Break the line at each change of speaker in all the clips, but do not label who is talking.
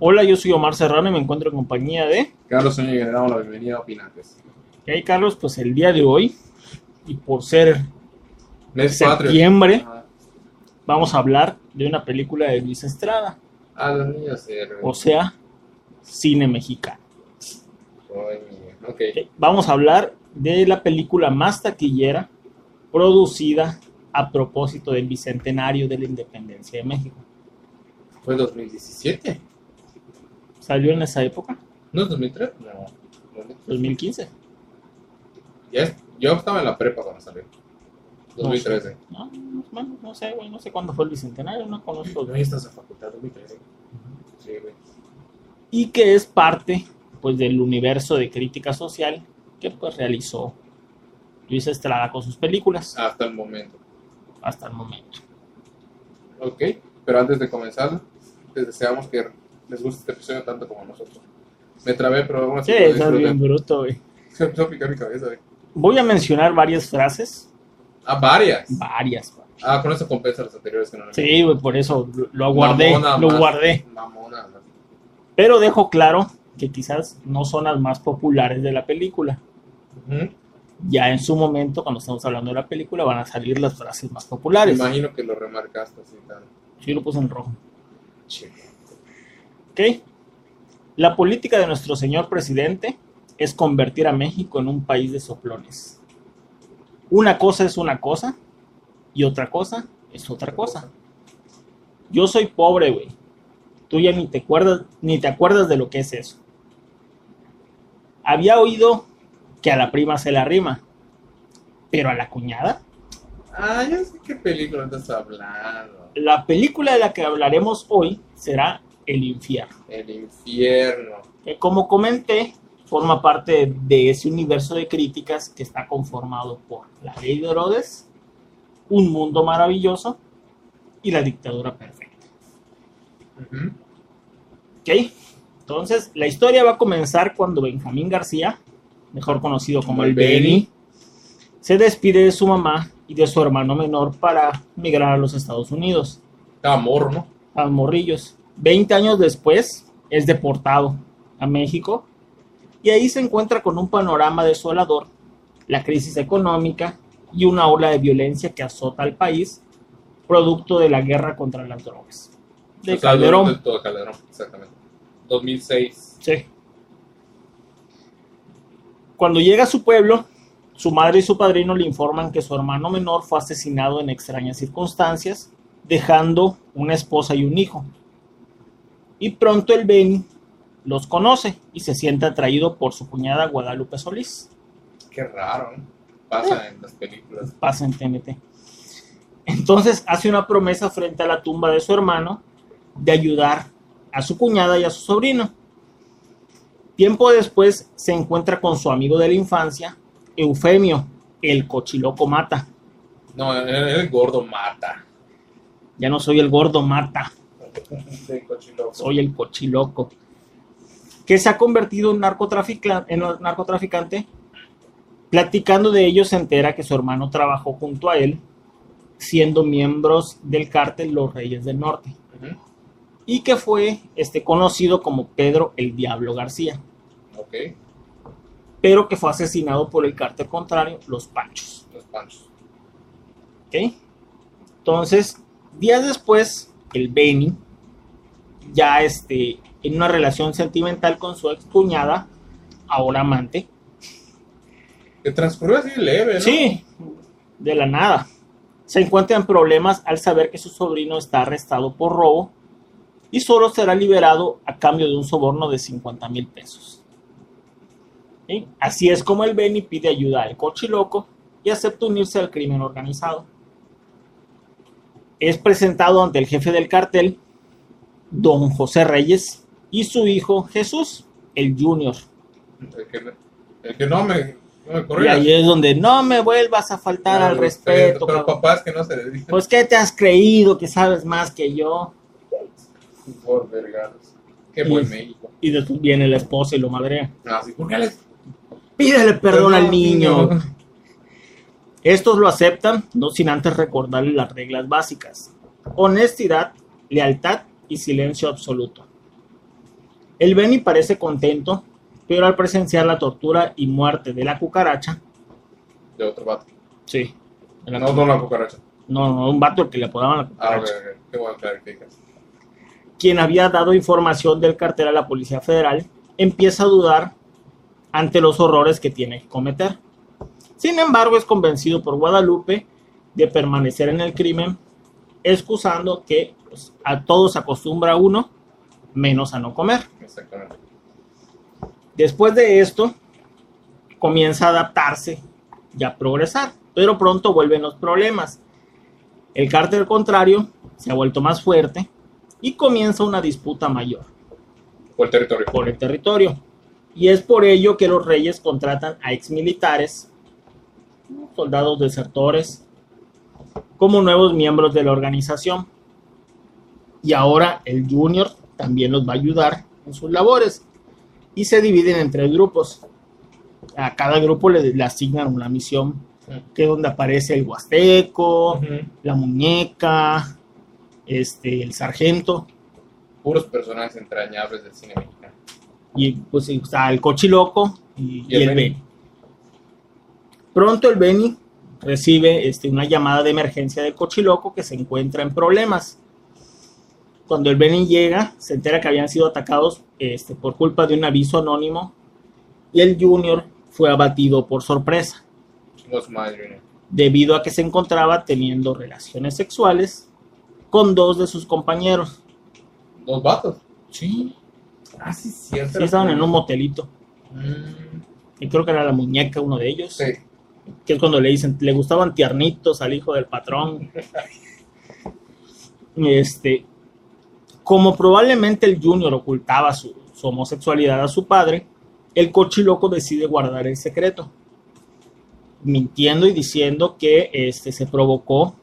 Hola, yo soy Omar Serrano y me encuentro en compañía de...
Carlos Zúñiga, le damos la bienvenida a Opinantes.
¿Qué hay, Carlos? Pues el día de hoy, y por ser
Mes patrio.
septiembre,
Ajá.
vamos a hablar de una película de Luis Estrada,
A los niños héroes.
o sea, cine mexicano.
Coño. Ok.
¿ok? Vamos a hablar de la película más taquillera producida a propósito del Bicentenario de la Independencia de México.
¿Fue 2017?
¿Salió en esa época?
¿No es 2003? No. ¿Dónde?
2015.
Ya es- Yo estaba en la prepa cuando salió. 2013.
No, no, bueno, no sé, güey, no sé cuándo fue el Bicentenario, no conozco.
ahí estás en facultad, 2013. Sí, güey.
y que es parte pues del universo de crítica social que pues realizó Luis Estrada con sus películas
Hasta el momento.
hasta el momento.
Ok. Pero antes de comenzar, les deseamos que les guste este episodio tanto como a nosotros. Me trabé, pero aún así
Sí,
lo
está bien
disfrutan.
bruto, güey.
Se empezó a picar mi cabeza. güey.
Voy a mencionar varias frases,
Ah, varias.
varias. güey.
Ah, con eso compensa los anteriores que no
Sí, güey, por eso lo- lo guardé, lo guardé.
Mamona. más.
Pero dejo claro que quizás no son las más populares de la película.
Ujú.
Ya en su momento, cuando estamos hablando de la película, van a salir las frases más
Me
populares.
imagino que lo remarcaste así tal.
Sí, lo puse en rojo.
Che.
¿Ok? La política de nuestro señor presidente es convertir a México en un país de soplones. Una cosa es una cosa y otra cosa es otra cosa. Yo soy pobre, güey. Tú ya ni te acuerdas, ni te acuerdas de lo que es eso. Había oído que a la prima se la rima, pero a la cuñada.
Ah, ya sé qué película estás hablando.
La película de la que hablaremos hoy será El infierno.
El infierno.
que como comenté, forma parte de ese universo de críticas que está conformado por La Ley de Herodes, Un Mundo Maravilloso y La Dictadura Perfecta.
Ujú.
¿Ok? Entonces, la historia va a comenzar cuando Benjamín García, mejor conocido como el Beni, se despide de su mamá y de su hermano menor para migrar a los Estados Unidos,
Estaba morro, ¿no?
a los Morrillos. Veinte años después, es deportado a México y ahí se encuentra con un panorama desolador, la crisis económica y una ola de violencia que azota al país, producto de la guerra contra las drogas. De
O sea,
Calderón.
de todo Calderón, exactamente. 2006.
Sí. Cuando llega a su pueblo, su madre y su padrino le informan que su hermano menor fue asesinado en extrañas circunstancias, dejando una esposa y un hijo. Y pronto el Beni los conoce y se siente atraído por su cuñada Guadalupe Solís.
Qué raro, ¿no? Pasa
Eh.
en las películas.
Pasa en TNT. Entonces hace una promesa frente a la tumba de su hermano de ayudar a su cuñada y a su sobrino. Tiempo después se encuentra con su amigo de la infancia, Eufemio, el cochiloco mata.
No, el, el gordo mata.
Ya no soy el gordo mata,
De cochiloco.
soy el cochiloco. Que se ha convertido en, narcotrafica- en narcotraficante. Platicando de ello se entera que su hermano trabajó junto a él, siendo miembros del cártel Los Reyes del Norte.
Ujú.
y que fue este, conocido como Pedro el Diablo García,
Ok,
pero que fue asesinado por el cártel contrario, los Panchos.
los panchos.
¿ok? Entonces, días después, el Benny, ya este, en una relación sentimental con su ex cuñada, ahora amante,
Que transcurrió así leve, ¿no?
sí, de la nada, se encuentra en problemas al saber que su sobrino está arrestado por robo y solo será liberado a cambio de un soborno de 50 mil pesos. ¿Sí? Así es como el Benny pide ayuda al cochiloco y acepta unirse al crimen organizado. Es presentado ante el jefe del cartel, don José Reyes, y su hijo Jesús, el Junior.
El que, el que no me, no me
Y
corría.
ahí es donde no me vuelvas a faltar
Ah,
al respeto.
Pero
cabrón".
papás que no se dedican
Pues, ¿qué te has creído que sabes más que yo?
por vergados. Qué
Sí.
buen México.
Y después viene la esposa y lo madrea.
Así, ¿por qué les-
Pídele perdón al niño.
niño.
Estos lo aceptan, no sin antes recordarle las reglas básicas. Honestidad, lealtad y silencio absoluto. El Beni parece contento, pero al presenciar la tortura y muerte de la cucaracha,
de otro vato.
sí, de la
no, no la cucaracha.
No, no, un vato al que le apodaban la
Ah,
cucaracha.
ok, ok. Qué bueno, claro, que digas.
Quien había dado información del cartel a la Policía Federal empieza a dudar ante los horrores que tiene que cometer. Sin embargo, es convencido por Guadalupe de permanecer en el crimen, excusando que pues, a todos acostumbra uno, menos a no comer.
Exactamente.
Después de esto, comienza a adaptarse y a progresar, pero pronto vuelven los problemas. El cártel contrario se ha vuelto más fuerte y comienza una disputa mayor
Por el territorio.
por el territorio. Y es por ello que los reyes contratan a exmilitares, soldados desertores, como nuevos miembros de la organización. Y ahora el junior también los va a ayudar en sus labores. Y se dividen en tres grupos. A cada grupo le, le asignan una misión, que es donde aparece el huasteco,
Ujú.
la muñeca, este, el sargento,
Puros personajes entrañables del cine mexicano.
y pues sí, está el cochiloco y,
Y
y
el
el
Beni.
Beni. Pronto el Beni recibe este, una llamada de emergencia del cochiloco que se encuentra en problemas. Cuando el Beni llega, se entera que habían sido atacados este, por culpa de un aviso anónimo y el Junior fue abatido por sorpresa
Chingos madre.
debido a que se encontraba teniendo relaciones sexuales con dos de sus compañeros.
¿no? Dos vatos.
Sí,
Ah, sí, cierto.
sí estaban en un motelito.
Mm,
Y creo que era la muñeca uno de ellos.
sí.
que es cuando le dicen, le gustaban tiernitos al hijo del patrón. Este, como probablemente el Junior ocultaba su, su homosexualidad a su padre, el cochiloco decide guardar el secreto, mintiendo y diciendo que este, se provocó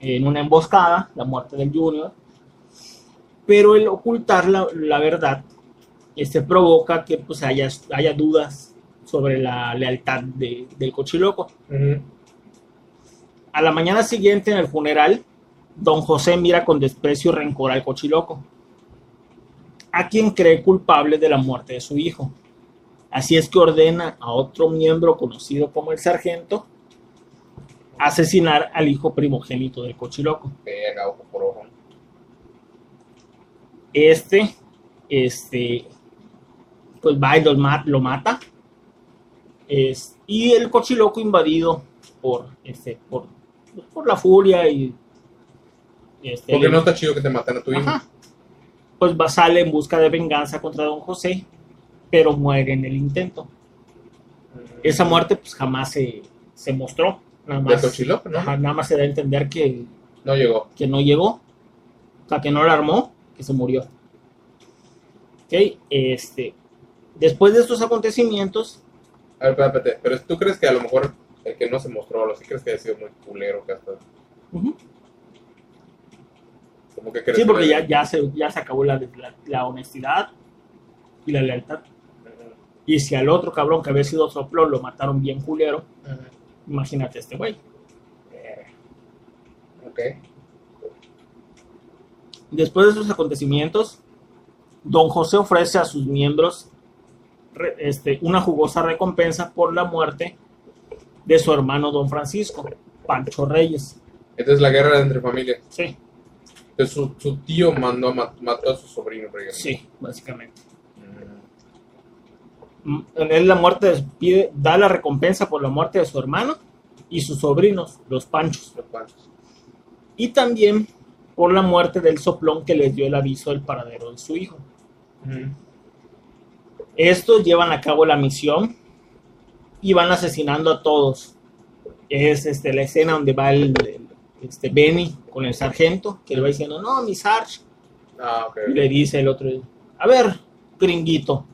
en una emboscada la muerte del Junior, pero el ocultar la, la verdad este, provoca que pues, haya, haya dudas sobre la lealtad de- del cochiloco.
Ujú.
A la mañana siguiente, en el funeral, don José mira con desprecio y rencor al cochiloco, a quien cree culpable de la muerte de su hijo. Así es que ordena a otro miembro conocido como el sargento asesinar al hijo primogénito del cochiloco.
Verga, ojo por ojo.
Este, este, pues va y los ma- lo mata. Es- y el cochiloco invadido por, este, por, por la furia y... Este,
Porque no está chido que te matan a tu hijo.
Ajá. Pues va, sale en busca de venganza contra don José, pero muere en el intento.
Mm.
Esa muerte pues jamás se, se mostró, nada
De
más,
Cochiloco, ¿no?
ajá, nada más se da a entender que,
No llegó.
que no llegó, o sea, que no la armó, que se murió. Ok, este, después de estos acontecimientos,
A ver, espérate, espérate. Pero tú crees que a lo mejor el que no se mostró, lo sí crees que ha sido muy culero, que hasta.
ujú,
Como que crees
sí,
que
porque
le-
ya, ya, se, ya se acabó la, la- la honestidad y la lealtad.
Ujú.
Y si al otro cabrón que había sido soplón lo mataron bien culero, imagínate a este güey.
Verga. Ok.
Después de esos acontecimientos, don José ofrece a sus miembros re- este, una jugosa recompensa por la muerte de su hermano don Francisco, Pancho Reyes.
Entonces la guerra era entre familias.
Sí,
Entonces su, su tío mandó a mat- mató a su sobrino, prácticamente.
sí, básicamente.
Mm.
Mm, Es la muerte, de- pide- da la recompensa por la muerte de su hermano y sus sobrinos, los Panchos,
Los panchos.
y también por la muerte del soplón que les dio el aviso del paradero de su hijo. Estos llevan a cabo la misión y van asesinando a todos. Es este, la escena donde va el, el- este, Benny con el sargento, que le va diciendo, no, mi sarge.
Ah, ok.
Y le dice el otro, a ver, gringuito,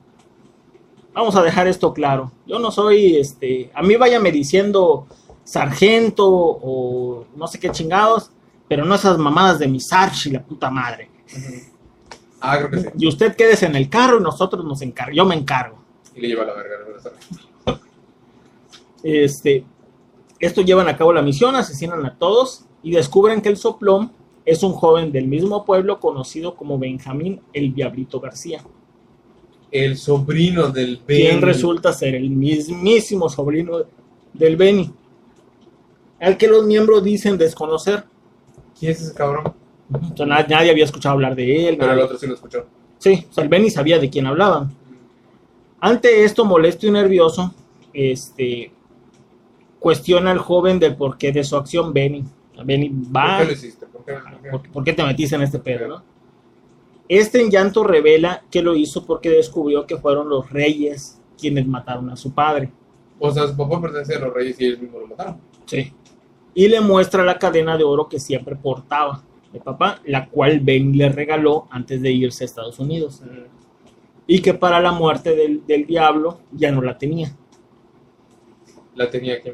vamos a dejar esto claro. Yo no soy, este, a mí váyame diciendo sargento o no sé qué chingados, pero no esas mamadas de mi sarge y la puta madre.
Ujú. Ah, creo que sí.
Y usted quédese en el carro y nosotros nos encargamos, yo me encargo.
Y le lleva a la verga. la verdad.
Este, estos llevan a cabo la misión, asesinan a todos y descubren que el soplón es un joven del mismo pueblo conocido como Benjamín el Diablito García.
el sobrino del Benny.
quien resulta ser el mismísimo sobrino del Benny, al que los miembros dicen desconocer.
¿Quién es ese cabrón?
Entonces, na- nadie había escuchado hablar de él.
Pero el
nadie-
otro sí lo escuchó.
Sí, o sea, el Benny sabía de quién hablaban. Ante esto, molesto y nervioso, este cuestiona al joven del porqué de su acción, Benny. Benny va.
¿Por qué lo hiciste? ¿Por qué? por qué?
¿Por, por qué te metiste en este pedo? no? Este en llanto revela que lo hizo porque descubrió que fueron los reyes quienes mataron a su padre.
O sea, su papá pertenecía a los reyes y ellos mismos lo mataron.
Sí. Y le muestra la cadena de oro que siempre portaba de papá, la cual Ben le regaló antes de irse a Estados Unidos. Y que para la muerte del, del diablo ya no la tenía,
La tenía aquí.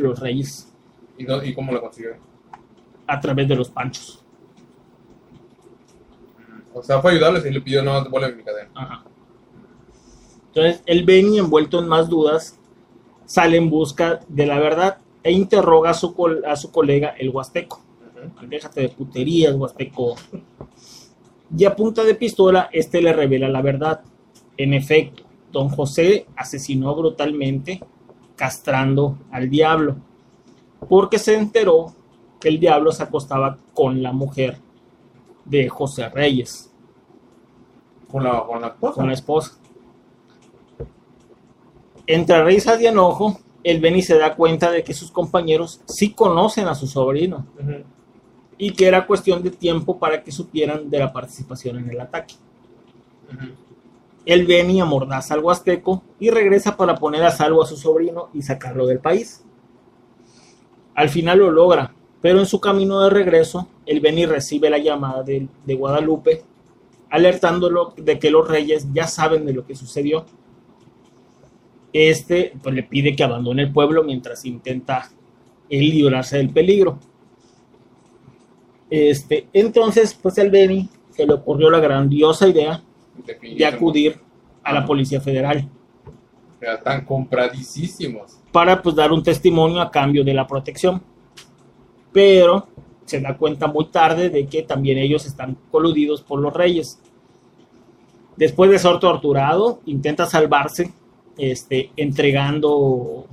los reyes,
¿Y, no- y cómo la consiguió?
a través de los panchos.
O sea, fue a ayudarles y le pidió, no, devuélveme mi cadena.
Ajá. Entonces, el Benny, envuelto en más dudas, sale en busca de la verdad e interroga a su, col- a su colega, el huasteco. Déjate de puterías, huasteco. Y a punta de pistola, este le revela la verdad. En efecto, don José asesinó brutalmente, castrando al diablo, porque se enteró que el diablo se acostaba con la mujer de José Reyes
Con la, con la esposa.
con la esposa. Entre risas y enojo, el Benny se da cuenta de que sus compañeros sí conocen a su sobrino
Ujú.
y que era cuestión de tiempo para que supieran de la participación en el ataque.
Ujú.
El Benny amordaza al huasteco y regresa para poner a salvo a su sobrino y sacarlo del país. Al final lo logra, pero en su camino de regreso, el Benny recibe la llamada de, de Guadalupe, alertándolo de que los reyes ya saben de lo que sucedió. Este pues, le pide que abandone el pueblo mientras intenta él librarse del peligro. Este, entonces, pues al Benny se le ocurrió la grandiosa idea
Y te pillan.
de acudir a la Policía Federal
Ya están compradísimos.
para pues dar un testimonio a cambio de la protección. Pero se da cuenta muy tarde de que también ellos están coludidos por los reyes. Después de ser torturado, intenta salvarse este, entregando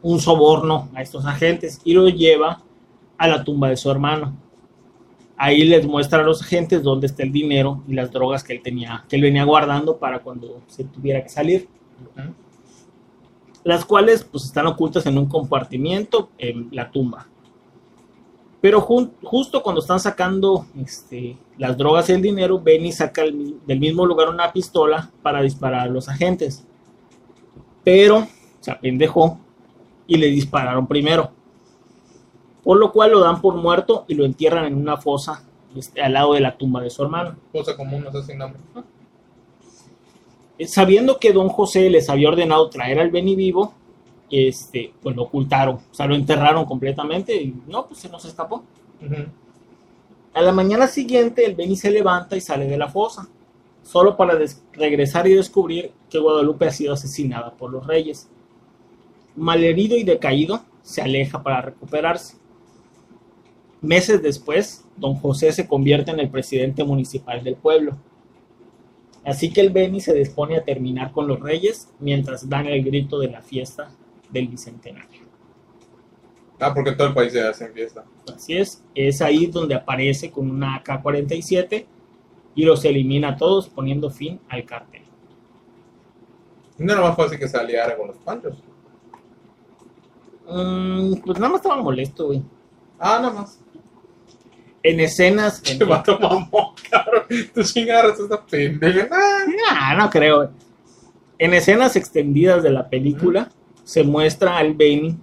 un soborno a estos agentes y lo lleva a la tumba de su hermano. Ahí les muestra a los agentes dónde está el dinero y las drogas que él tenía, que él venía guardando para cuando se tuviera que salir
Ujú.
las cuales pues están ocultas en un compartimiento en la tumba. Pero jun- justo cuando están sacando este, las drogas y el dinero, Benny saca el mi- del mismo lugar una pistola para disparar a los agentes. Pero se apendejó y le dispararon primero. Por lo cual lo dan por muerto y lo entierran en una fosa este, al lado de la tumba de su hermano.
Cosa común, no sé si nombre.
Eh, sabiendo que don José les había ordenado traer al Beni vivo, este, pues lo ocultaron, o sea, lo enterraron completamente y no, pues se nos escapó.
Ujú.
A la mañana siguiente el Beni se levanta y sale de la fosa, solo para des- regresar y descubrir que Guadalupe ha sido asesinada por los reyes. Malherido y decaído, se aleja para recuperarse. Meses después, don José se convierte en el presidente municipal del pueblo. Así que el Beni se dispone a terminar con los reyes mientras dan el grito de la fiesta del Bicentenario.
Ah, porque todo el país se hace en fiesta.
Así es, es ahí donde aparece con una AK-47 y los elimina a todos poniendo fin al cartel.
No era más fácil que se aliara con los panchos.
Mm, pues nada más estaba molesto, güey.
Ah, nada más.
En escenas...
Te mato mamón, cabrón. Tú chingarras esa pendeja. Ah.
Nah, no creo. güey. En escenas extendidas de la película se muestra al Benny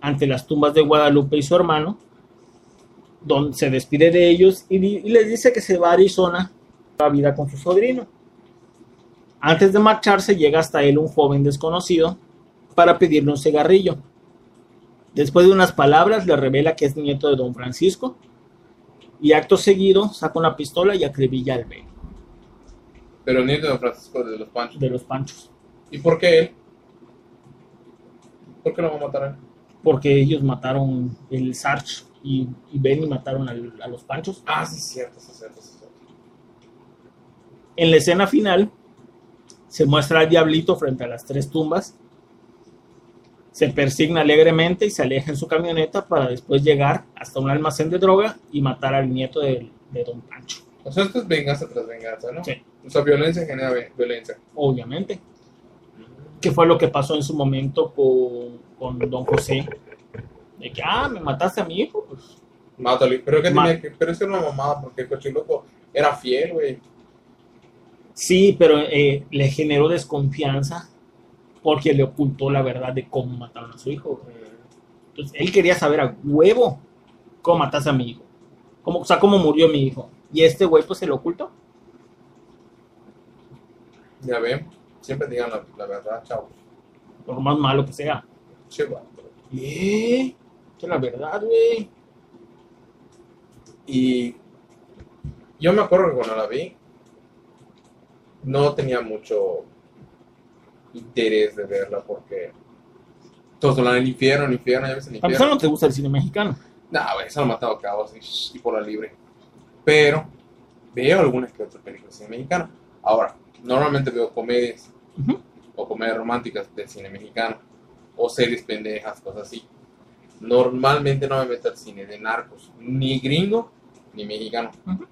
ante las tumbas de Guadalupe y su hermano, donde se despide de ellos y, di- y les dice que se va a Arizona a la vida con su sobrino. Antes de marcharse llega hasta él un joven desconocido para pedirle un cigarrillo. Después de unas palabras le revela que es nieto de don Francisco y acto seguido saca una pistola y acribilla al Benny
Pero el nieto de don Francisco de los panchos.
de los panchos.
¿Y por qué él? ¿Por qué lo va a matar a él?
porque ellos mataron el Sarch y, y Benny mataron al- a los Panchos.
Ah, sí, cierto, sí, cierto, sí, cierto.
En la escena final se muestra al diablito frente a las tres tumbas. Se persigna alegremente y se aleja en su camioneta para después llegar hasta un almacén de droga y matar al nieto de, de Don Pancho.
O sea, esto es venganza tras venganza, ¿no?
Sí.
O sea, violencia genera ve- violencia.
obviamente. Que fue lo que pasó en su momento con, con Don José. De que, ah, me mataste a mi hijo, pues.
Mátale. Pero, que
Ma-
tenía que, pero eso era una mamada, porque el cochiloco era fiel, güey.
Sí, pero eh, le generó desconfianza porque le ocultó la verdad de cómo mataron a su hijo.
Mm,
Entonces, él quería saber a huevo cómo mataste a mi hijo. Cómo, o sea, cómo murió mi hijo. Y este güey, pues, se lo ocultó.
Ya ven, siempre digan la, la verdad, chavos.
Por más malo que sea.
Che, va.
¿Eh? Que la verdad, güey.
Y yo me acuerdo que cuando la vi, no tenía mucho interés de verla porque todos hablan del infierno, el infierno, ya ves el
A pesar
infierno.
no te gusta el cine mexicano.
Nah, güey, eso lo han matado a cabos y, shh, y por la libre. Pero veo algunas que otras películas de cine mexicano. Ahora, normalmente veo comedias
Ujú.
o comedias románticas de cine mexicano o series pendejas, cosas así. Normalmente no me meto al cine de narcos, ni gringo ni mexicano.
Ujú.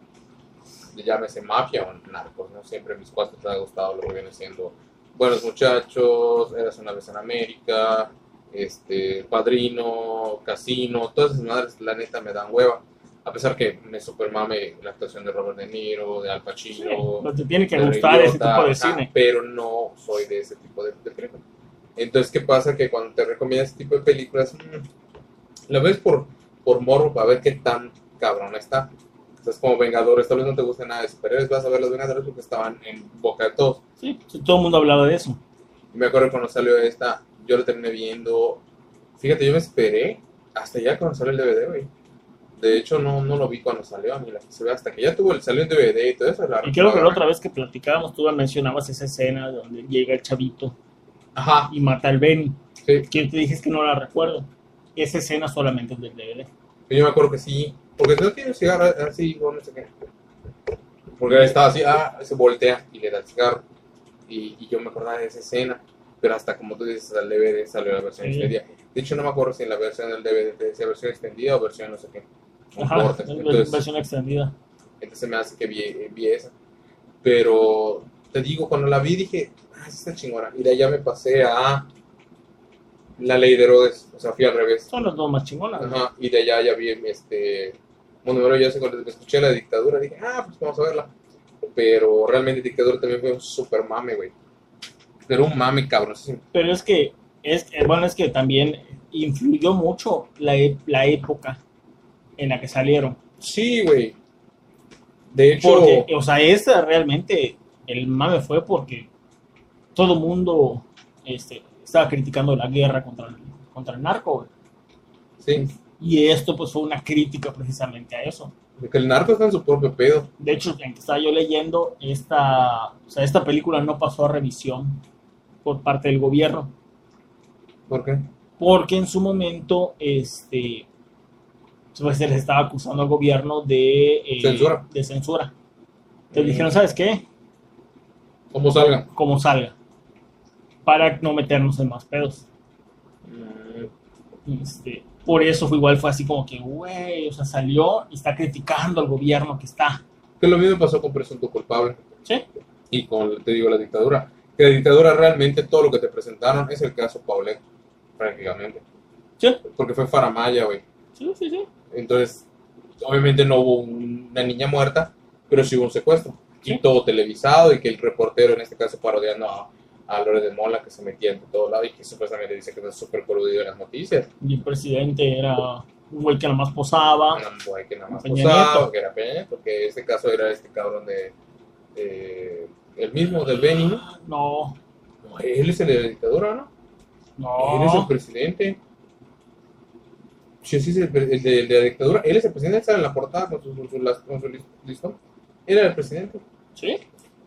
Llámese mafia o narcos, ¿no? Siempre mis cuatro te ha gustado lo que viene siendo Buenos Muchachos, Eras una vez en América, este, El Padrino, Casino, todas esas madres, la neta, me dan hueva. A pesar que me supermame la actuación de Robert De Niro, de Al
Sí,
Pacino,
no te tiene que
pero
gustar ese
idiota,
tipo de
ajá,
cine.
Pero no soy de ese tipo de, de películas. Entonces, ¿qué pasa? Que cuando te recomiendan ese tipo de películas, mm, la ves por, por morro para ver qué tan cabrón está. Entonces, como Vengadores, tal vez no te guste nada de superhéroes, vas a ver los Vengadores porque estaban en boca de todos.
Sí, sí, todo el mundo ha hablado de eso.
Y me acuerdo cuando salió esta, yo la terminé viendo. Fíjate, yo me esperé hasta ya cuando salió el DVD, güey. De hecho, no, no lo vi cuando salió, ni la quise ver hasta que ya tuvo el, salió el DVD y todo eso. la-
Y creo que
la-
la otra vez que platicábamos, tú mencionabas esa escena donde llega el chavito
Ajá,
y mata al Benny.
sí.
Que yo te dije es que no la recuerdo. Esa escena solamente es del DVD.
Y yo me acuerdo que sí, porque no tiene cigarro así, o no sé qué. Porque él estaba así, ah, se voltea y le da el cigarro. Y, y yo me acordaba de esa escena, pero hasta como tú dices, al DVD salió la versión
Sí.
extendida. De hecho, no me acuerdo si en la versión del DVD te decía versión extendida o versión no sé qué. No
Ajá,
importa.
es la
Entonces,
versión extendida.
entonces me hace que vi, vi esa. Pero te digo, cuando la vi dije, ah, sí está chingona. Y de allá me pasé a la ley de Herodes, o sea, fui al revés.
Son las dos más chingonas.
Ajá, y de allá ya vi este Monomero ya sé cuando me escuché la dictadura dije, ah, pues vamos a verla. Pero realmente dictadura también fue un super mame, güey. Pero un mame cabrosísimo.
Pero es que, es, eh, bueno, es que también influyó mucho la, e- la época en la que salieron.
Sí, güey. De hecho,
Porque, o sea, esa realmente, el mame fue porque todo el mundo este, estaba criticando la guerra contra el, contra el narco, güey.
sí,
Y esto pues fue una crítica precisamente a eso.
de que el narco está en su propio pedo.
De hecho, en que estaba yo leyendo, esta, o sea, esta película no pasó a revisión por parte del gobierno,
¿Por qué?
porque en su momento este, pues, se le estaba acusando al gobierno de, eh,
Censura.
de censura. Entonces
Mm.
dijeron, ¿sabes qué?
¿Cómo salga?
Como salga, para no meternos en más pedos. Mm. Este, por eso fue igual, fue así como que, güey, o sea, salió y está criticando al gobierno que está.
Que lo mismo pasó con Presunto Culpable.
Sí.
Y con, te digo, la dictadura. Que la dictadura realmente todo lo que te presentaron es el caso Paulet, prácticamente.
Sí.
Porque fue Faramaya, güey.
Sí, sí, sí.
Entonces, obviamente no hubo un- una niña muerta, pero sí hubo un secuestro. Y
Sí.
todo televisado y que el reportero, en este caso, parodiando a, a Lore de Mola, que se metía en todo lado y que supuestamente dice que está súper coludido en las noticias.
Y el presidente era un güey que nomás posaba.
No, no hay que nada más
Ah. Peña
posaba,
Nieto.
que era Peña Nieto, que este caso era este cabrón de... eh, el mismo, del Beni, ¿no?
No,
No, Él es el de la dictadura, ¿no? Él es el
no.
presidente. Sí, sí, es el, pre- el de, el de la dictadura. Él es el presidente, está en la portada con su, con su- las- con su lis- listón. Él era el presidente.
¿Sí?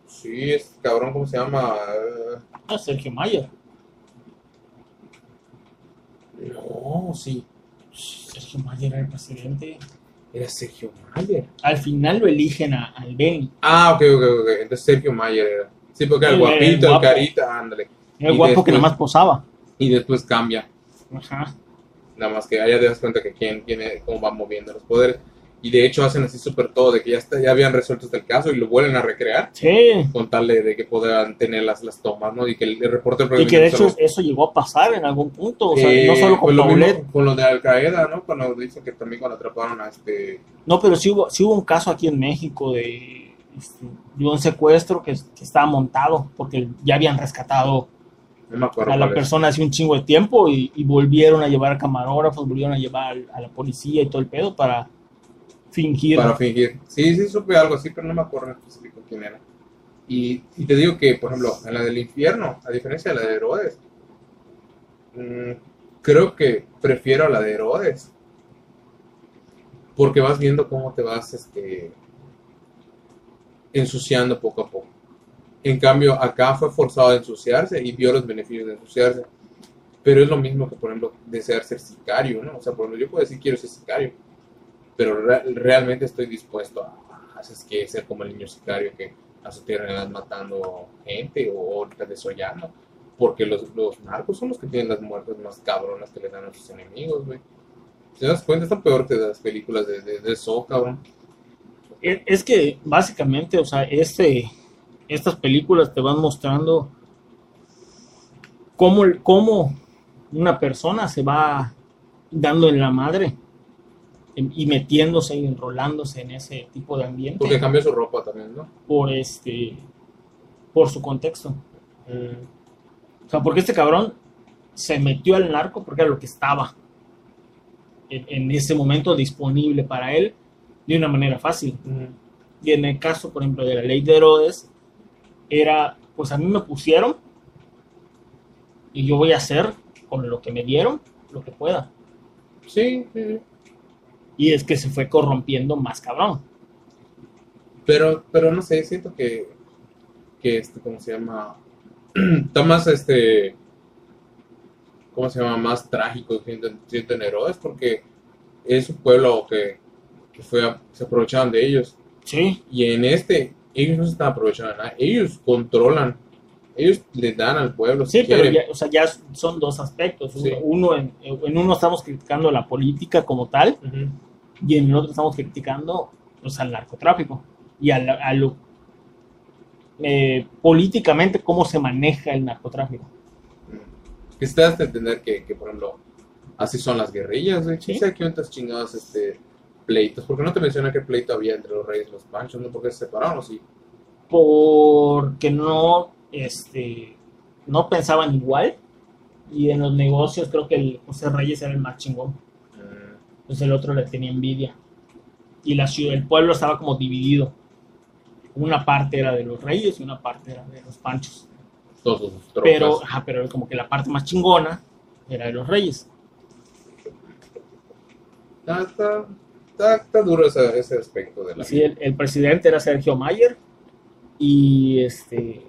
Sí, es cabrón, ¿cómo se llama? Eh,
Ah, Sergio Mayer.
No, sí.
Sergio Mayer era el presidente.
Era Sergio Mayer.
Al final lo eligen a- al Benny.
Ah, ok, ok, ok. Entonces Sergio Mayer era. Sí, porque era el
Él era el
guapito, el
guapo.
carita, ándale.
Era
Y
el guapo que
después-
nada más posaba.
Y después cambia.
Ajá.
Nada más que allá te das cuenta que quién, quién es- cómo van moviendo los poderes. Y de hecho hacen así súper todo, de que ya, está, ya habían resuelto hasta el caso y lo vuelven a recrear
Sí.
con tal de, de que puedan tener las, las tomas, ¿no? Y que el, el reporte
Y que de hecho eso llegó a pasar en algún punto. O sea, no solo con
Eh, pues lo mismo
Paulette.
con lo de Al Qaeda, ¿no? Cuando dicen que también cuando atraparon a este...
No, pero sí hubo, sí hubo un caso aquí en México de, este, de un secuestro que, que estaba montado porque ya habían rescatado
No me acuerdo
a la
cuál es.
persona hace un chingo de tiempo y, y volvieron a llevar camarógrafos, volvieron a llevar al- a la policía y todo el pedo para fingir.
Para fingir. Sí, sí, supe algo así, pero no me acuerdo en específico quién era. Y, y te digo que, por ejemplo, en la del infierno, a diferencia de la de Herodes, mm, creo que prefiero la de Herodes. Porque vas viendo cómo te vas este, ensuciando poco a poco. En cambio, acá fue forzado a ensuciarse y vio los beneficios de ensuciarse. Pero es lo mismo que, por ejemplo, desear ser sicario, ¿no? O sea, por ejemplo, yo puedo decir quiero ser sicario, pero re- realmente estoy dispuesto a, a hacer que ser como el niño sicario que a su tierra le van matando gente o ahorita desollando. Porque los, los narcos son los que tienen las muertes más cabronas que le dan a sus enemigos, güey. Si te das cuenta, está peor que las películas de, de, de Saw, cabrón.
Es, E, es que básicamente, o sea, este, estas películas te van mostrando cómo, el- cómo una persona se va dando en la madre em, y metiéndose y enrolándose en ese tipo de ambiente
Porque cambió su ropa también, ¿no?
por este por su contexto. O sea, porque este cabrón se metió al narco porque era lo que estaba en, en ese momento disponible para él de una manera fácil. Y en el caso, por ejemplo, de la ley de Herodes, era, pues a mí me pusieron y yo voy a hacer con lo que me dieron lo que pueda.
Sí, sí, sí.
Y es que se fue corrompiendo más cabrón.
Pero, pero no sé, siento que, que este, ¿cómo se llama? Está más, este, ¿cómo se llama? Más trágico, siento, siento en Herodes, porque es un pueblo que, que fue a- se aprovechaban de ellos.
Sí,
Y en este, ellos no se están aprovechando de nada, ellos controlan, ellos le dan al pueblo si
sí, pero
quieren.
ya, o sea, ya son dos aspectos.
Sí.
Uno, en, en uno estamos criticando la política como tal,
Ujú.
y en el otro estamos criticando pues, al narcotráfico y a, la- a lo eh, políticamente cómo se maneja el narcotráfico.
Que te das a entender que, que, por ejemplo, así son las guerrillas, güey.
Sí.
O sea, que cuentas chingados este, pleitos. Porque no te menciona qué pleito había entre los reyes y los panchos, ¿no? Porque se separaron, ¿o sí?
Porque no, este, no pensaban igual y en los negocios creo que el José Reyes era el más chingón, entonces el otro le tenía envidia y la ciudad, el pueblo estaba como dividido. Una parte era de los reyes y una parte era de los panchos.
Todos sus tropas.
pero, ajá, pero como que la parte más chingona era de los reyes.
Está, está- está- está duro ese, ese aspecto de la
Sí, el, el presidente era Sergio Mayer y este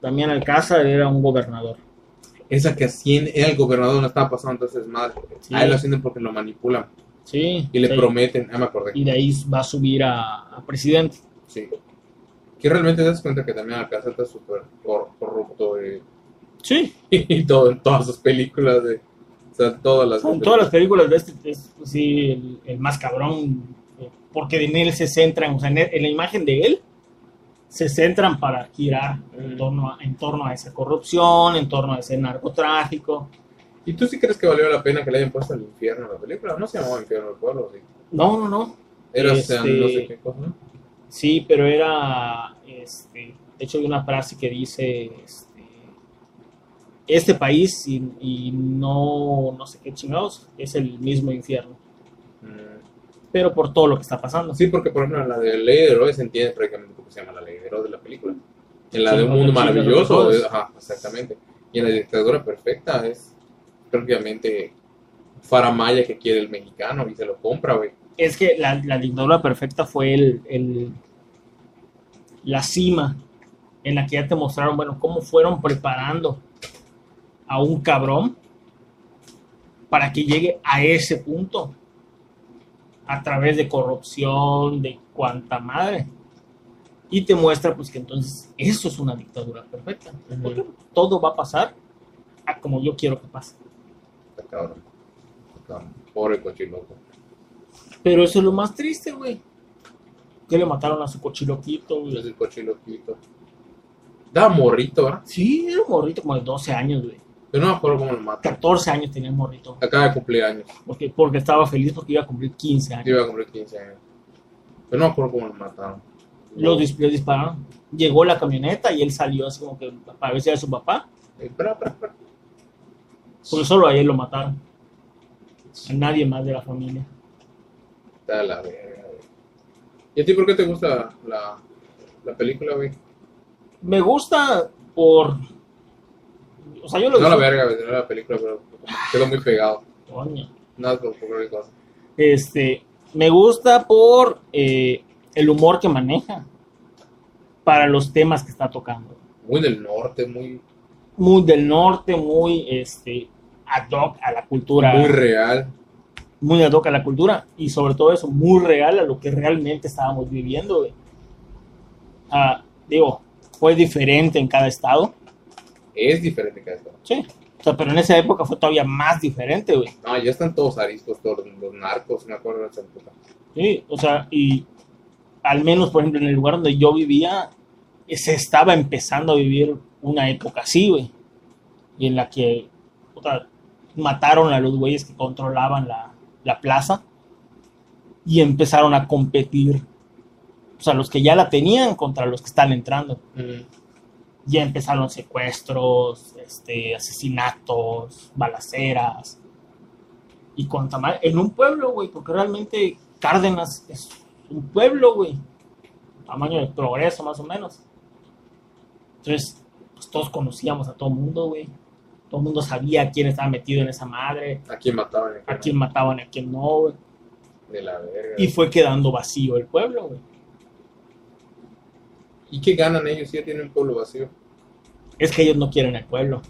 también Alcázar era un gobernador.
Esa que asciende, era el gobernador, no estaba pasando entonces mal.
Sí,
A él lo ascienden porque lo manipulan
sí,
Ah, y le
sí.
prometen. Ah, me acordé.
Y de ahí va a subir a, a presidente.
Sí. Que realmente te das cuenta que también Alcázar está súper cor- corrupto, güey.
Sí,
y todo, en todas sus películas, de, o sea, todas las
son todas las películas de este, es sí, el, el más cabrón, eh, porque en él se centran, o sea, en, él- en la imagen de él se centran para girar
Mm.
en torno, a, en torno a esa corrupción, en torno a ese narcotráfico.
¿Y tú sí crees que valió la pena que le hayan puesto el infierno a la película? No se llamaba infierno el pueblo, sí.
No, no, no,
Era
Este-
o sea, no sé qué cosa, ¿no?
Sí, pero era, este, de hecho hay una frase que dice, este, este país y, y no, no sé qué chingados, es el mismo infierno,
Mm.
pero por todo lo que está pasando.
Sí, porque por ejemplo en la de Ley de Héroes se entiende prácticamente cómo se llama la Ley de Héroes de la película. En la
Sí,
de Un
no,
Mundo
no, sí, la de
Maravilloso,
Héroes.
es- ajá, exactamente. Y en la Dictadura Perfecta es prácticamente faramaya que quiere el mexicano y se lo compra, güey.
Es que la, la dictadura perfecta fue el, el- la cima en la que ya te mostraron, bueno, cómo fueron preparando a un cabrón para que llegue a ese punto, a través de corrupción, de cuanta madre. Y te muestra pues que entonces eso es una dictadura perfecta.
Ujú.
Porque todo va a pasar a como yo quiero que pase.
Está cabrón. Está cabrón. Pobre cochiloco.
Pero eso es lo más triste, güey. Que le mataron a su cochiloquito,
Pues Es
güey.
el cochiloquito. Da morrito, ¿verdad?
Sí, era un morrito como de 12 años, güey.
Yo no me acuerdo cómo lo mata.
14 años tenía el morrito.
Acaba de cumplir años.
Porque, porque estaba feliz porque iba a cumplir 15 años.
Yo iba a cumplir 15 años. Yo no me acuerdo cómo lo mataron.
Lo, dis- le dispararon. Llegó la camioneta y él salió así como que para ver si era su papá.
Espera, espera, espera.
Porque solo a él lo mataron. A nadie más de la familia.
Está de la verga, güey. ¿Y a ti por qué te gusta la, la película, güey?
Me gusta por. O sea, yo lo
No la
disfruto.
verga, güey, no la película, pero quedó muy pegado.
Coño.
Nada por por cualquier cosa.
Este, me gusta por eh, el humor que maneja para los temas que está tocando.
Muy del norte, muy,
Muy del norte, muy este, ad hoc a la cultura.
muy real.
muy ad hoc a la cultura y sobre todo eso, muy real a lo que realmente estábamos viviendo. güey. Ah, digo, fue diferente en cada estado,
Es diferente que esto.
sí. O sea, pero en esa época fue todavía más diferente, güey.
No, ya están todos ariscos, todos los narcos, me acuerdo de esa época.
Sí, o sea, y al menos, por ejemplo, en el lugar donde yo vivía, eh, se estaba empezando a vivir una época así, güey. Y en la que puta, mataron a los güeyes que controlaban la, la plaza y empezaron a competir. O sea, los que ya la tenían contra los que están entrando. Mm. Ya empezaron secuestros, este, asesinatos, balaceras y con Tamar en un pueblo, güey, porque realmente Cárdenas es un pueblo, güey, tamaño de progreso más o menos. Entonces, pues todos conocíamos a todo mundo, güey. Todo el mundo sabía quién estaba metido en esa madre,
¿A quién mataban?
a quién mataban, a quién no, güey.
De la verga.
Y
¿Y,
fue quedando vacío el pueblo, güey.
qué ganan ellos si ya tienen un pueblo vacío?
Es que ellos no quieren el pueblo.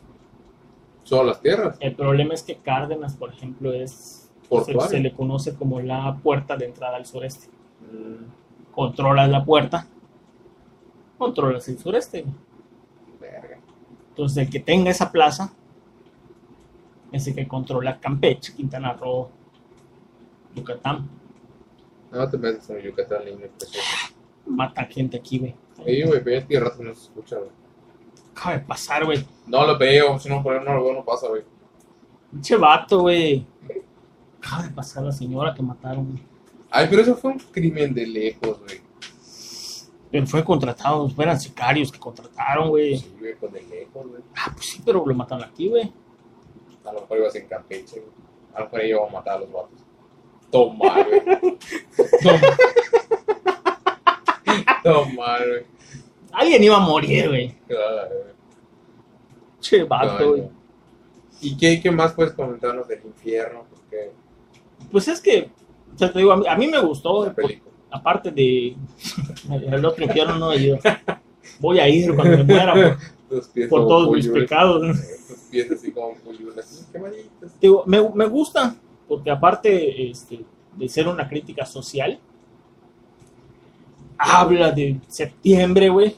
Solo las tierras.
El problema es que Cárdenas, por ejemplo, es pues, se,
Portuario.
se le conoce como la puerta de entrada al sureste.
Mm,
Controlas la puerta, controlas el sureste, güey.
verga.
Entonces, el que tenga esa plaza es el que controla Campeche, Quintana Roo, Yucatán.
No te metas en Yucatán, niño precioso.
Mata gente aquí, güey.
Ey, güey, ve, tiene rato que no se escucha, güey.
Acaba de pasar, güey.
No lo veo, si no, por ahí no lo veo, no pasa, güey.
Pinche vato, güey. Acaba de pasar la señora que mataron. güey.
Ay, pero eso fue un crimen de lejos, güey.
Pero fue contratado, fueran sicarios que contrataron, güey.
Sí, güey, con de lejos, güey.
Ah, pues sí, pero lo mataron aquí, güey.
A lo mejor ibas en Campeche, güey. A lo mejor ahí iba a matar a los vatos. Toma, güey. Toma. Toma, güey.
Alguien iba a morir, güey.
Claro, güey.
Che vato,
Coño.
güey.
¿Y qué, qué más puedes comentarnos del infierno? Porque
Pues es que, o sea, te digo, a mí, a mí me gustó,
la película.
aparte de el otro infierno no he ido. Voy a ir cuando me muera por,
Los pies
por
como
todos mis
puyules.
pecados. ¿no?
Los pies así como puyules. Qué manitas.
Te digo, me, me gusta, porque aparte este, de ser una crítica social, habla de septiembre, güey.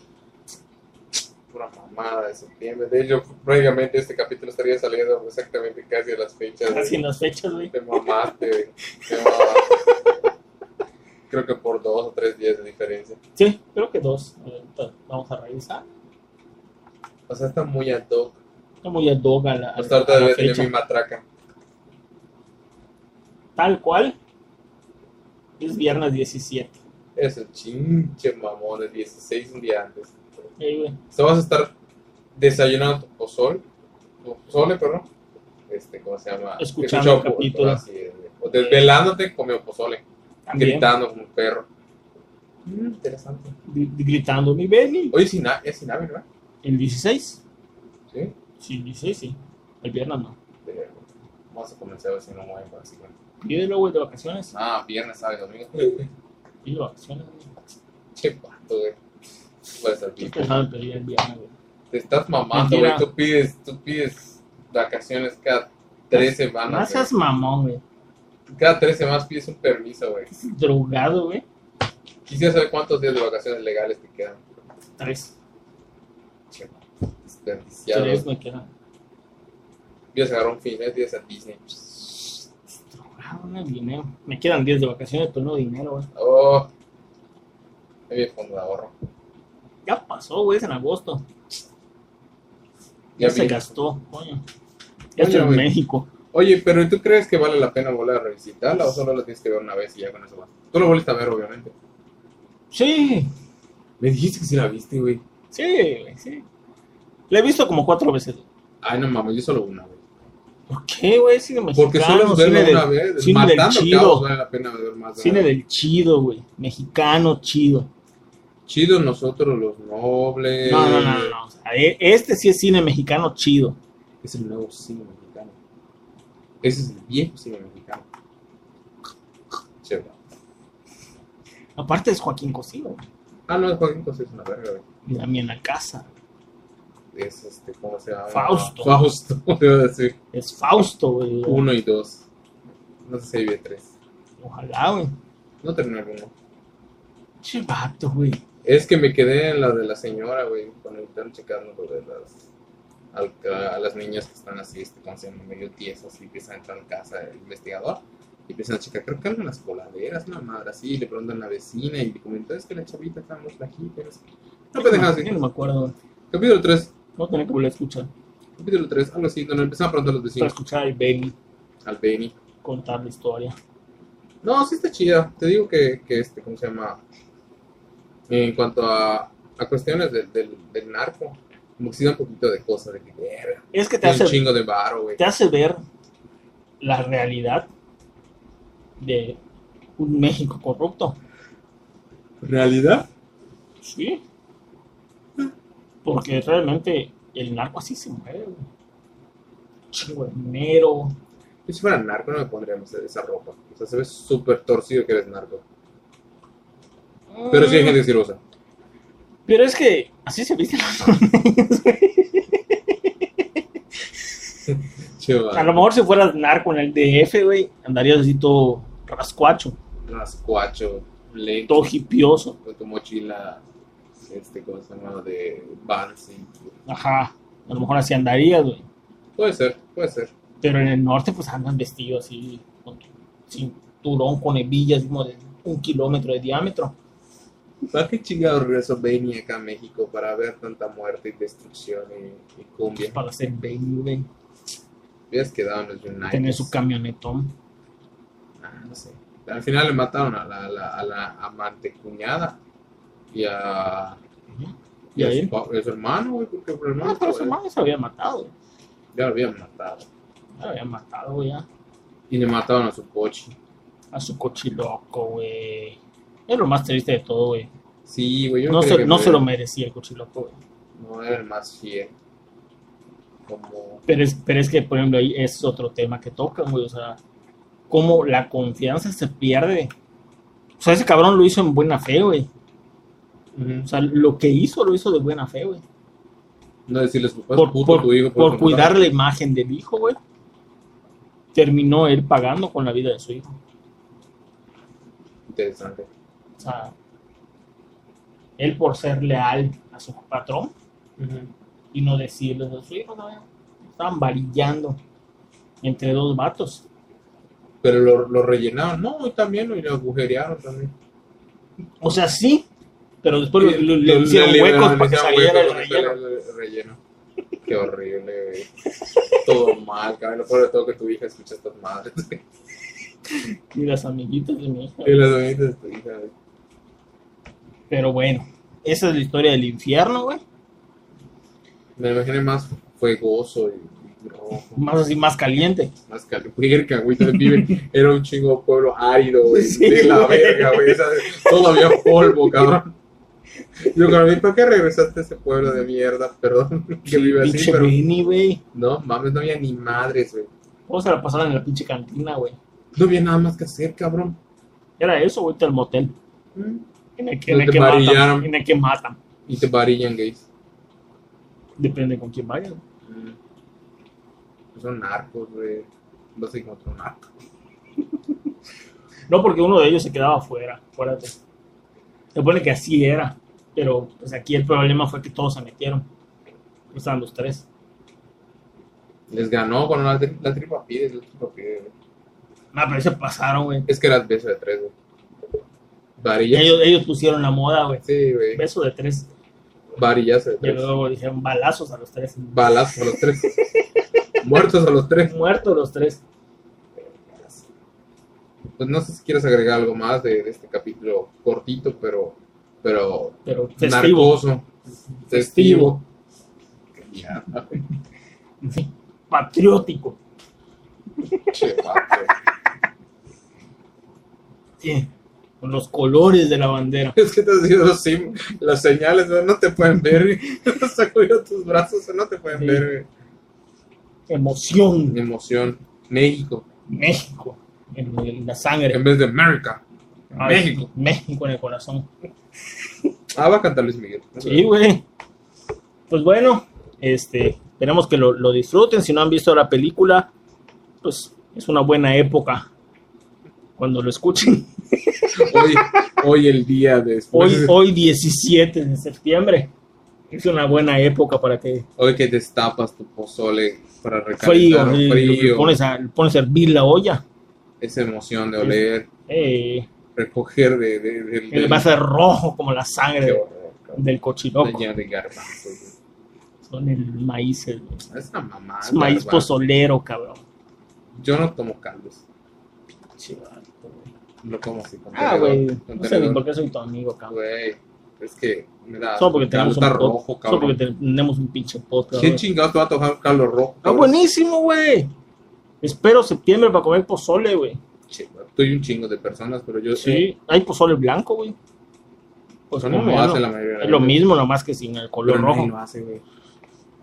Pura mamada de septiembre. De hecho, previamente este capítulo estaría saliendo exactamente casi a las fechas. güey.
Casi en las fechas, güey.
Te mamaste, güey. Te mamaste. Creo que por dos o tres días de diferencia.
Sí, creo que dos. Ahorita Vamos a revisar.
O sea, está muy ad hoc.
Como ya dog a la, a la-
Hasta ahorita
a la
Pues debe tener
fecha.
mi matraca.
Tal cual. Es viernes 17.
Eso, chinche mamón, el 16 un día antes.
Ey, güey.
O sea, vas a estar desayunando tu pozol, tu pozole, perdón. Este, ¿cómo se llama?
Escuchando
Escuchado
el
po-
capítulo.
así es, güey. O desvelándote con mi pozole,
También.
gritando como un perro. interesante.
gri- Gritando mi Benny.
Oye, Sina- es Sinabe, ¿verdad?
El 16.
Sí.
Sí, el 16, sí. El viernes no.
De- Vamos a comenzar a ver si no mueven para el siguiente.
Pídelo, güey, de vacaciones.
Ah, viernes, sábado, y domingo.
Pídelo vacaciones, güey.
Che, pato, güey. Puede ser
Estoy
pico.
pensando en pedir el viernes, güey.
Te estás mamando,
Mentira.
güey. Tú pides, tú pides vacaciones cada tres semanas.
No
Ah, güey.
seas mamón, güey.
Cada tres semanas pides un permiso, güey.
Es drogado, güey.
Quisiera saber cuántos días de vacaciones legales te quedan.
Tres.
Desperdiciado.
Tres me quedan.
Días a agarrar un fin, ¿eh? días a Disney.
Drogado, no hay dinero. Me quedan 10 de vacaciones, pero no dinero, güey.
Oh. Ahí viene el fondo de ahorro.
Ya pasó, güey, es en agosto.
Ya
Ya, se
vi.
gastó, coño. Ya
Coño,
estoy en
güey.
México.
Oye, pero ¿tú crees que vale la pena volver a revisitarla o solo la tienes que ver una vez y ya con eso basta? Tú lo volviste a ver, obviamente.
Sí,
Me dijiste que sí la viste, güey.
sí, güey, sí. La he visto como cuatro veces. güey.
Ay, no mames, yo solo una, güey.
¿Por qué, güey? Cine mexicano.
Porque solo
Pues cine
verla
del-
una vez,
cine del
matando
chido.
cabos, vale la pena ver más. de
Cine
una vez.
del chido, güey. Mexicano chido.
Chido nosotros, los nobles.
No, no, no, no, no. O sea, e- este sí es cine mexicano chido.
Es el nuevo cine mexicano. Ese es el viejo cine mexicano. Chévere.
Aparte es Joaquín Cosío. güey.
Ah, no, es Joaquín José, es una verga, güey.
Y Damián Alcázar.
Es este, ¿cómo se llama?
Fausto.
Fausto, te iba a decir.
Es Fausto, güey.
Uno y dos. No sé si ahí vi el tres.
Ojalá, güey.
No terminé el uno.
Che vato, güey.
Es que me quedé en la de la señora, güey, cuando intentaron checarnos lo de las. al- a las niñas que están así, este, como se llama, medio tiesas, y empiezan a entrar en casa el investigador, y empiezan a checar, creo que eran las coladeras, una madre así, y le preguntan a la vecina, y le comentan, es que la chavita está muy flaquita, no sé qué. No, pendejas así.
Yo no me acuerdo, güey.
Capítulo 3,
Voy a tener que volver a escuchar.
capítulo 3, algo así, donde empiezan a preguntar a los
Para
vecinos,
escuchar al Benny
al Benny.
contar la historia.
No, sí está chida. Te digo que, que este, ¿cómo se llama? En cuanto a, a cuestiones del- del, del narco, como que sí da un poquito de cosas, de que verga,
Es que te
tiene un
hace,
chingo de varo, güey.
te hace ver la realidad de un México corrupto.
¿Realidad?
Sí. Porque realmente el narco así se mueve. güey. Chingo de dinero.
Yo si fuera narco no me pondríamos esa ropa. O sea, se ve súper torcido que eres narco. Pero sí hay gente que sí lo usa.
Pero es que así se visten los norteños, güey.
Che, va.
A lo mejor si fueras narco en el DF, güey, andarías así todo rascuacho,
Rascuacho, lento,
todo hipioso.
con tu mochila, este, ¿cómo se llama? De Bansi.
Ajá. A lo mejor así andarías, güey.
Puede ser, puede ser.
Pero en el norte, pues andan vestidos así, con tu cinturón, con hebillas como de un kilómetro de diámetro.
¿Para qué chingado regreso Benny acá a México para ver tanta muerte y destrucción y, y
Pues,
cumbia?
para hacer baby, güey.
Hubieras quedado en los United.
Tener su camionetón.
Ah, no sé. Al final le mataron a la, a la, a la amante cuñada y a,
¿Y
a
ahí?
su, pa- a su hermano, güey, porque por hermano
No, Ah, pero su
pues,
madre se lo había matado, güey.
ya lo habían matado.
Ya lo había matado, güey. ya.
Y le mataron a su coche.
A su cochiloco, güey. Es lo más triste de todo, güey.
Sí, güey, yo
No,
creo
se,
que
no
fue-
se lo merecía el cochiloco, güey.
No era el más fiel. Como...
Pero es, pero es que, por ejemplo, ahí es otro tema que tocan, güey. O sea, cómo la confianza se pierde. O sea, ese cabrón lo hizo en buena fe, güey. O sea, lo que hizo lo hizo de buena fe, güey.
No decirle a su papá,
Por,
puto
por-
tu hijo.
por
eso
cuidar
mataron.
la imagen del hijo, güey. Terminó él pagando con la vida de su hijo.
Interesante.
O sea, él por ser leal a su patrón y no decirles a su hijo, no, estaban varillando entre dos vatos.
Pero lo, lo rellenaron, no, y también lo y lo agujerearon también.
O sea, sí, pero después
Sí,
Pues lo- lo- le hicieron
liberaron,
huecos para
le
que
hicieron
saliera
huecos
el
para que
relleno.
saliera el relleno. Qué horrible, güey. Todo mal, cabrón. Lo peor de todo que tu hija escucha estas madres. güey.
Y las amiguitas de mi hija.
Y las amiguitas de tu hija, güey.
Pero bueno, esa es la historia del infierno, güey.
Me imaginé más fuegoso y, y rojo.
Más así, más caliente.
Más caliente, güey. Entonces viven- Era un chingo pueblo árido, güey.
Sí,
de la
güey.
verga, güey. Esa- Todo había polvo, cabrón. Yo, cabrón, ¿por qué regresaste a ese pueblo de mierda? Perdón, que vive así,
Pinche
pero.
Benny, güey.
No, mames, no había ni madres, güey.
Vamos a la pasada en la pinche cantina, güey.
No había nada más que hacer, cabrón.
Era eso, güey, el motel.
Mm.
En el, que-
No
en el
te
que matan.
varillaron.
En el que matan.
Y te varillan gays.
Depende con quién vaya.
Son narcos, güey. Vas a encontrar un narco.
No porque uno de ellos se quedaba fuera, acuérdate. Se supone que así era, pero pues aquí el problema fue que todos se metieron. O sea, los tres.
Les ganó con la, tri- la tripa pide, la tripa pide.
Ah, pero se pasaron, güey.
Es que eras beso de tres, güey. Varillazo.
Ellos, ellos pusieron la moda, güey.
Sí, güey.
Beso de tres.
Varillazo de
Y
tres.
luego dijeron balazos a los tres.
Balazos a los tres. Muertos a los tres.
Muertos los tres.
Pues no sé si quieres agregar algo más de, de este capítulo cortito, pero, pero
Pero festivo.
narcoso, festivo. Ya,
En fin, patriótico.
che, vato.
Sí. Con los colores de la bandera.
Es que te has dicho los sim- las señales, no, no te pueden ver. Has sacudido tus brazos, no te pueden
Sí.
ver.
Emoción.
Emoción. México.
México. En, en la
En
sangre.
vez de América.
Ay,
México.
México en el corazón.
Ah, va a cantar Luis Miguel.
Sí, güey. Pues bueno, este, esperemos que lo, lo disfruten. Si no han visto la película, pues es una buena época cuando lo escuchen.
Hoy, hoy el día después.
Hoy,
Hoy,
hoy 17 de septiembre. Es una buena época para que
que destapas tu pozole para recalentar
frío,
frío.
eh, Pones, a, pones a hervir la olla.
Esa emoción de oler,
Eh,
recoger de... de, de-
el
de-
vaso es rojo como la sangre
Qué
de-
horror, cabrón.
del
Está
cochiloco.
lleno de garbanzos.
Son el maíz. el- es
güey. Es una
Ah,
mamá.
maíz pozolero, cabrón.
Yo no tomo caldos.
Chivato, Ah, güey.
No como así. con
Ah,
tenedor,
güey.
con
No sé
tenedor.
ni por qué soy tu amigo, cabrón.
Güey, es que me da.
Solo porque tenemos
está
un pod-
rojo,
Solo porque
cabrón.
tenemos un pinche podcast.
¿Quién chingado te va a tocar caldo rojo?
Ah,
cabrón?
buenísimo, güey. Espero septiembre para comer pozole, güey.
Che, Estoy un chingo de personas, pero yo eh,
Sí, hay pozole blanco, güey. Pues
Pues no
como
lo hace
no.
la mayoría. de la
Es lo
gente.
mismo, nomás que sin el
Pero
color
rojo.
rojo.
lo hace, güey.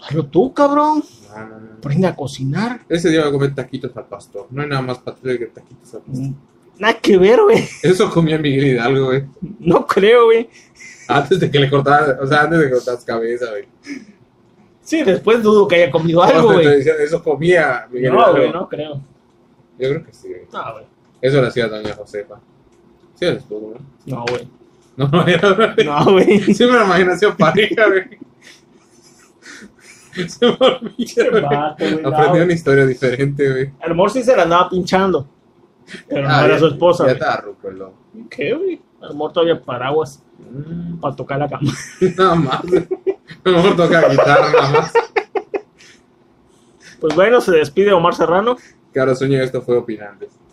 Hazlo tú, cabrón.
No, no, no.
Aprende a cocinar.
Ese día voy a comer taquitos al pastor. No hay nada más patrio que taquitos al pastor.
Mm, Nada que ver, güey.
Eso comía Miguel Hidalgo, güey.
No creo, güey.
Antes de que le cortaras, o sea, antes de que cortaras cabeza, güey.
Sí, después dudo que haya comido algo,
No, te- te
güey.
decía, Eso comía Miguel
No,
Hidalgo.
güey, no creo.
Yo creo que sí, güey.
No, güey.
Eso lo hacía Doña Josefa. Sí, eres tú, güey.
No, güey.
No, no, era.
No, güey.
Sí, me lo imaginé así pareja, güey. Se me
Qué
olvida,
vato, güey,
güey.
no,
Aprendí
güey.
una historia diferente, güey.
A lo mejor sí se la andaba pinchando. Pero no
Ah,
era
ya-
su esposa,
Ya
güey.
estaba ruco, el loco.
¿Qué, güey? A lo mejor todavía paraguas para tocar la cama.
Nada más. güey. A lo mejor toca guitarra, nada más.
Pues bueno, se despide Omar Serrano.
Caro sueño, esto fue Opinantes.